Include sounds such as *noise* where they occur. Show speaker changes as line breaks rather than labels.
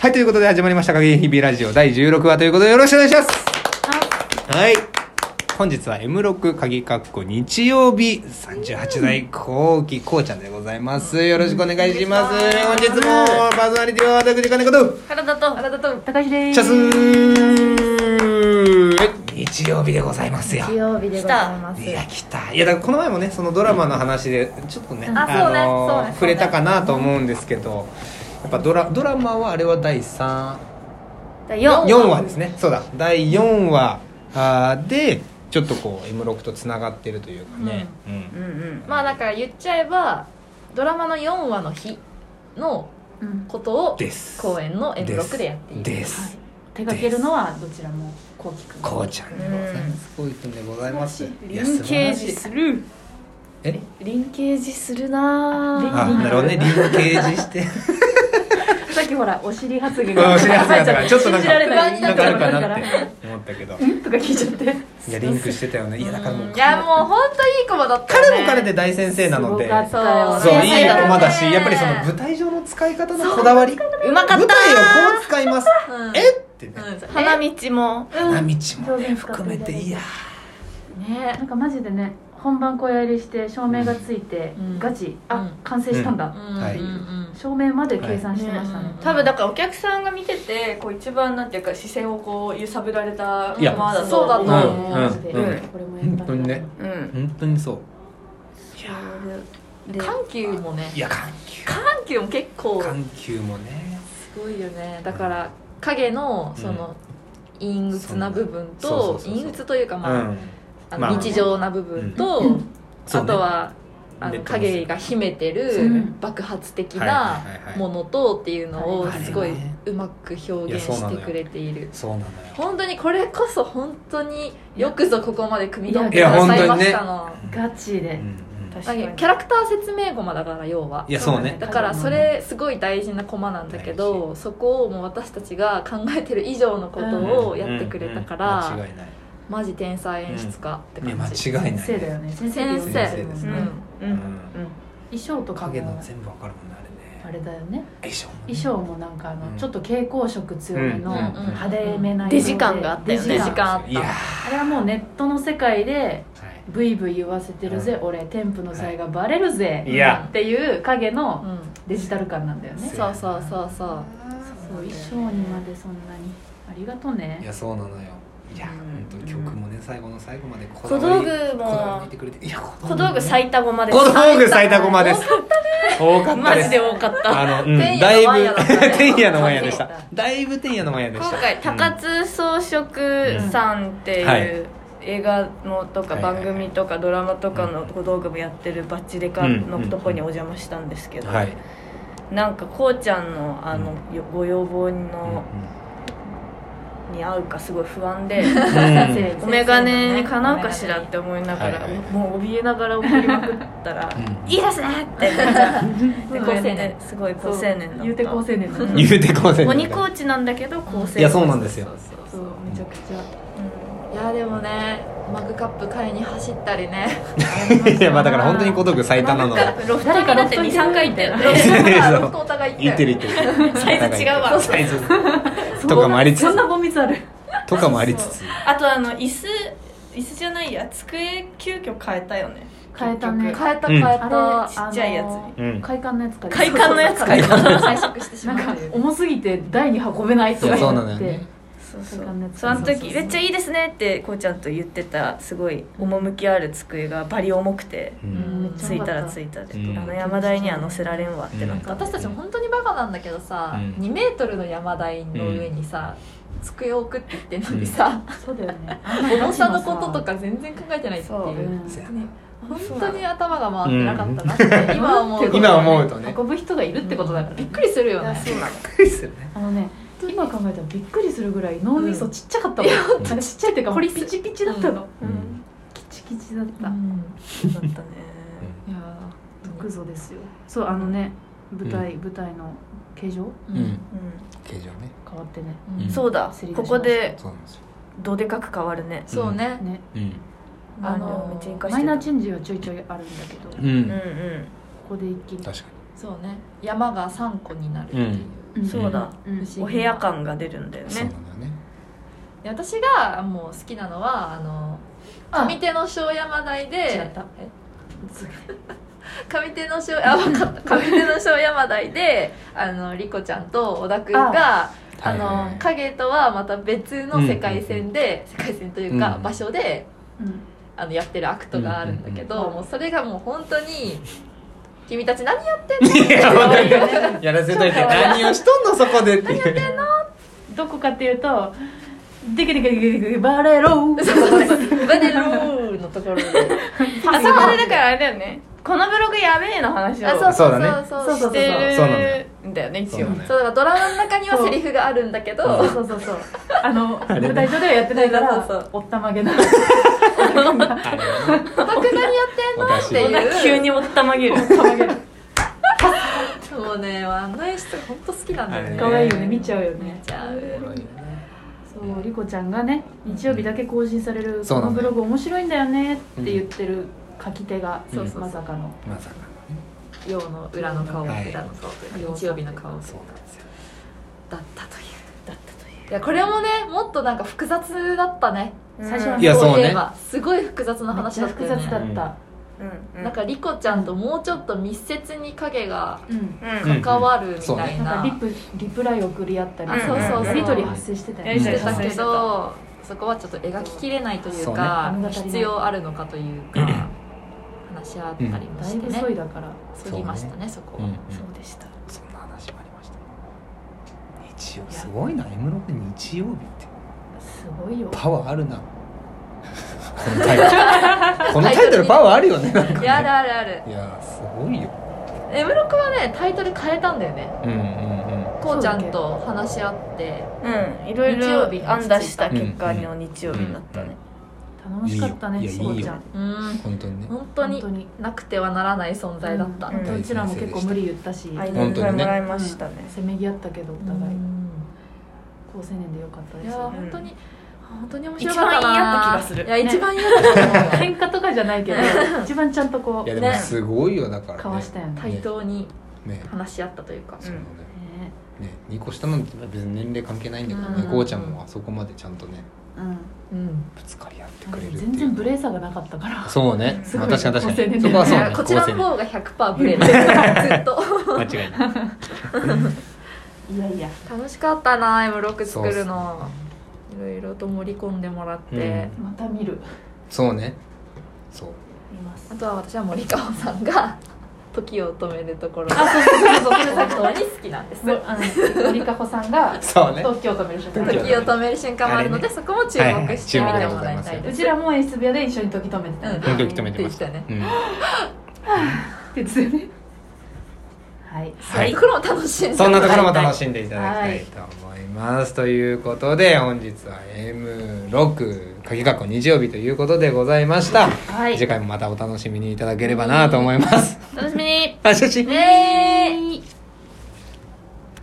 はい、ということで始まりました、影日々ラジオ第16話ということでよろしくお願いします
はい。
本日は M6 鍵かっこ日曜日38代後期こうちゃんでございます。よろしくお願いします。本日もパーソナリティは私金子と、
体と体と高橋です
チャスはい日曜日でございますよ。
日曜日でございます
いや来たいやだからこの前もねそのドラマの話でちょっとね、
あそうねそうね
触れたかなと思うんですけどやっぱドラドラマはあれは第34
第4
4話ですねそうだ第4話あーでちょっとこう M6 とつながってるというかね、うん
うんうん
ま
まあだから言っちゃえば、ドラマの4話の日の
うん
ことを、
です
公演の
です
M6 でやっている。
です、
手掛けるのはどちらもこうきくん
こうちゃんでございますこういくんでございますい
リ
や
ン
素晴
ケー
らしい
ジする
え
リンケージするな
あなるほどねリンケージ *laughs* して
さっきほらお尻発言
うん知らなかったから *laughs* ちょっとなん
信じられな
か
い
なんかあるかなっ
だ
て思ったけ *laughs* ど
らとか聞いちゃって
いやリンクしてたよねいやだからもう
いやもう本当いい子だったよね
彼も彼で大先生なので
そう
そう
そう
先
いい
生だね
駒だしやっぱりその舞台上の使い方のこだわり
うまかった
舞台をこう使い *laughs* ます
うん
えってね
うん
花道も
花道もね
表現使って
含めていや
ね
なんかマジでね本番小やりして照明がついて、
うん
ガチ
う
あ
ん
完成したんだ、
うん
はい
うんうん
照明まで計算してましたね、
多分だからお客さんが見ててこう一番なんていうか視線をこう揺さぶられた
いや
ままだと
そうだと思
うん
う
マジで
うん
うん
これもや
本当にね
うん
本当にそう
で
緩急もね
いや緩急
緩急も結構
緩急もね
すごいよねだから陰のその陰鬱な部分
そう
と
そうそうそう
陰鬱というか
う
まあ
ん
あ
まあ
の日常な部分と、
そう
あ
ね
とはあ
ベ
の
ッドの
影が秘めて
そう
る
ね
爆発的
は
ない
はいはいはい
ものとっていうのを
あれね
すごいうまく表現
いやそうな
し
のよ
てくれている
そうなのよ
本当にこれこそ本当によくぞここまで組み取って
い
く
や
ださいましたの、
ガチ
う
で
んうん
確
だ
か
け
に
どキャラクター説明駒だから要はい
やそうね
だからそれすごい大事な駒なんだけどそこをもう私たちが考えてる以上のことをやってくれたから、
うんうん間違いない
マジ天才演出家って
いや
感じ、
間違い
先
ない
生だよね先
先
生
生
だよね
です
う
ね
んう
うんん
衣装とか
影の
も
全部わかるもんねあれね
あれだよね
衣装もね
衣装もなんかあの、
うん
ちょっと蛍光色強めの
うんうんうん
派手めな色で
デジ感があったよね
デジ
時
感
間あった
いやー
あれはもうネットの世界で
はい
ブイブイ言わせてるぜ、俺天賦の才がバレるぜ、
いや
っていう影の
うん
デジタル感なんだよね
そうそうそうそう
そう衣装にまでそんなにありがとう
い
ね
やそうなのよいや
うん
本当曲もね最後の最後までこ
小
だわ
道
り
具
こだわり見
も
てくれていや
小道具最玉まで
小道具最多コマです多かった
マ
で
ジ
す
で多かった
あのうん
天
だい
夜
ぶ
のワイヤーだったね
天夜のワイヤーでしただいぶ天夜のワイヤーでし
今
た
回
うん
高津装飾さんって
うんはい
いう映画のとか
はいはいは
番
い
組とかドラマとかの小道具もやってるバッチデカのとこにお邪魔したんですけど、
はい
なんかこうちゃんのあのご要望のに合うかすごい不安で。
うんうん
お眼鏡かなうかしらって思いながら、
はいはい
もう怯えながら送りまくっ
*laughs*
たら
う
「
ん
いいですね!」って
で高
で *laughs* 高
青
青
年
年すごい高青年だった
言うて高青年だね
言うてこせ
鬼コーチなんだけど高青年
いやそうなんですよ
そうそう
そ
そうう
めちゃくちゃ
いやでもねマグカップ買いに走ったりね
いやまあだから本当に小道具最多なの
*laughs* なんかロフトにだって23回行ったよね
ロフト *laughs*
そう
ロフトお互い
言
行
っ
ってて
る言ってる
サイズ違うわ
サイズとかもありつつ
そんなボミツある
とかもありつつ
あとあの椅子椅子じゃないや机急遽変えたよね
変えたね
変えた変え
あ
た
れ
ちっちゃいやつ
あ
に
の
うん
快感のやつか
快感のやつか
彩色してし
な
ま
ん
う
か重すぎて台に運べないとか
いやそうなの
言
よ
っ
ね
て
そうそ
快感のや
う
つ
その
そうそう
時「
そう
めっちゃいいですね」ってこうちゃんと言ってたすごい趣ある机がバリ重くて
う
うんん
ついたらついたで
うん
あの山台には乗せられんわってなった
私たち本当にバカなんだけどさ、
うん
2メートルの山台の上にさ、机を置くって言ってんのにさ、
そうだよね
重さのこととか全然考えてないっていう
そう
うん
せや
ね本当に頭が回ってなかったなって、今思うと
今思うとね
運ぶ人がいるってことだから
び
び
っ
っ
くりするよね
そうなの
びっくりするね
あのね今考えたらびっくりするぐらい脳みそちっちゃかったもん、
ん
あのちっちゃいっていうか
凝りす
ピチピチだったの、
うん
キチキチだった、
うん
だったね
いやークゾですよそうあのね舞台、舞台の形状
う
うんん
う
形状ね
変わってね
うん
んそうだ
すり出
こ
し
こで
そうなんですよ
どでかく変わるね
そうね、
ね
うん
あのめっちゃいいか
マイナーチェンジはちょいちょいあるんだけど、
う
うん
ん
うん
ここで一気に
確か
そうね山が3個になるっていう、
うん
ん
そうだ、
うん
不思議
お部屋感が出るんだよ
そうな
ね
んだよね
で私がもう好きなのはあの
あ
上手の庄山台で
違った
え上手の庄あ分かった上手の庄山台であのリコちゃんと小田君があ
はいはいはい
の影とはまた別の世界線で、世界線というか、
うん
場所で
うん
あのやってるアクトがあるんだけど、
うんうんうん
もうそれがもう本当に「君たち何やってん
いや
の?」
わ
っ
か
て
るやらせといて何をしとんのそこでっていう
どこかっていうと「デケデケデケデケバレロー」
バネローのところで
あそこでだからあれだよねこのブログやべえの話を
あ
そうだね
そう
そうそう
して
そうなのよ
るんだよね
そ
一
う
応
なのよ
そうだからドラマの中にはセリフがあるんだけど、
そうそうそうあの
あれね
舞台上ではやってないか
そうそう
らおったまげな
あれね
オタク何やってんの
私
っていう
急におったまげる
もうねあの演出が本当好きなんだよね
あれ
可愛いよね見ちゃうよ
見
ね
ちゃ
お
う
もろいよね
そうリコちゃんがね日曜日だけ更新される
そう
こ
な
の
のよ
ブログ面白いんだよねって言ってる書き手が
うん
まさかの
まさかのね
陽の裏の顔、
はい
裏の顔というか日曜日の顔だったと
そ
いう
なんですよ
だったという
いやこれもねもっとなんか複雑だったね
最初はね
いやそうね
いえばすごい複雑な
めっ
話
ち
だ
ゃ
った
複
よ
雑
ね
だった
うんうん
なんかリコちゃんともうちょっと密接に影が
うん
うん
関わるみ
そう
たい
ね
なん
な、
かリプリプライ送り合ったり
あそうそうそう
やりとり発生してたよ
やり
と
し
り
て
発生し
たけ
て
た
どそこはちょっと描ききれないというか
そうね
必要あるのかというか話し合ったりも
だ
し
い
て
ぶ
ね
そいだから
そぎましたねそこ
う
は、
んうん
そうでした
そんな話もありました日曜すごいな M ロク日曜日って
すごいよ
パワーあるなこのタイトルこのタイトルパワーあるよねなんかね
いやあるあるある
いやすごいよ
M ロクはねタイトル変えたんだよね
うんうんうん
こうちゃんと話し合って
うんいろい
日曜日
ろ案出した結果の日曜日だったね
楽しかった
いい
ね
よい
し
や
こ
いい
ちゃ
よ
ん
うん
本当にね
本当になくてはならない存在だった、
う
うん
本当うちらも結構無理言ったし
アイ
う
ドル会もらいま
ん
したね
せめぎ合ったけどお
ん
互い高青年でよかった
い
です
や
よね
本当に本当に面白かったな
一番嫌な気がする
いや
ね
一番嫌だと
*laughs*
思う
喧嘩とかじゃないけど一番ちゃんとこ
いや
う
でも
ね
すごいよだからね
交わしたよね
対等に
ね
話し合ったというか、
そうだね
ね
ね2個下なんて別に年齢関係ないんだけどね
うん
こうちゃんもあそこまでちゃんとね
うん
うん、
ぶつかり合って
あ
く
で
れ
も
るって
全
い
然ブ
う
レーさがなかったから
そうね
す
ま
ご
あ
い
確かに確かにそ
高青年
こはそう
いや
ね
こちらの方が100%ブレてるずっと *laughs*
高青年間違いない
いやいや
楽しかったな M6 作る
そうっ
のいろいろと盛り込んでもらって、
うん
また見る
そうねそう
見ます
あとは私は森川さんが時を止めるところ
あ
が
そう
*laughs*
そうそうそう
本当に好きなんです
そうあの森かほさんが
そうね
東京都見る瞬
時
時
を止
を
め
間
る
止める瞬間もあるの
あ
で、
れ
そこも注
はいはい
目して見てもらいたいで
う
す
ちらも S 部屋で一緒に時止めてたよね
うん
時止めてました
って言っ
うん
ってですよねはい
は
はいい、これも楽しんで
そんなところも楽
し
しんでいただきたいと思います。ということで本日は M6 鍵括弧日曜日ということでございました、
はい
次回もまたお楽しみにいただければなと思います。
楽しみに
*laughs* あ写真
イエーイ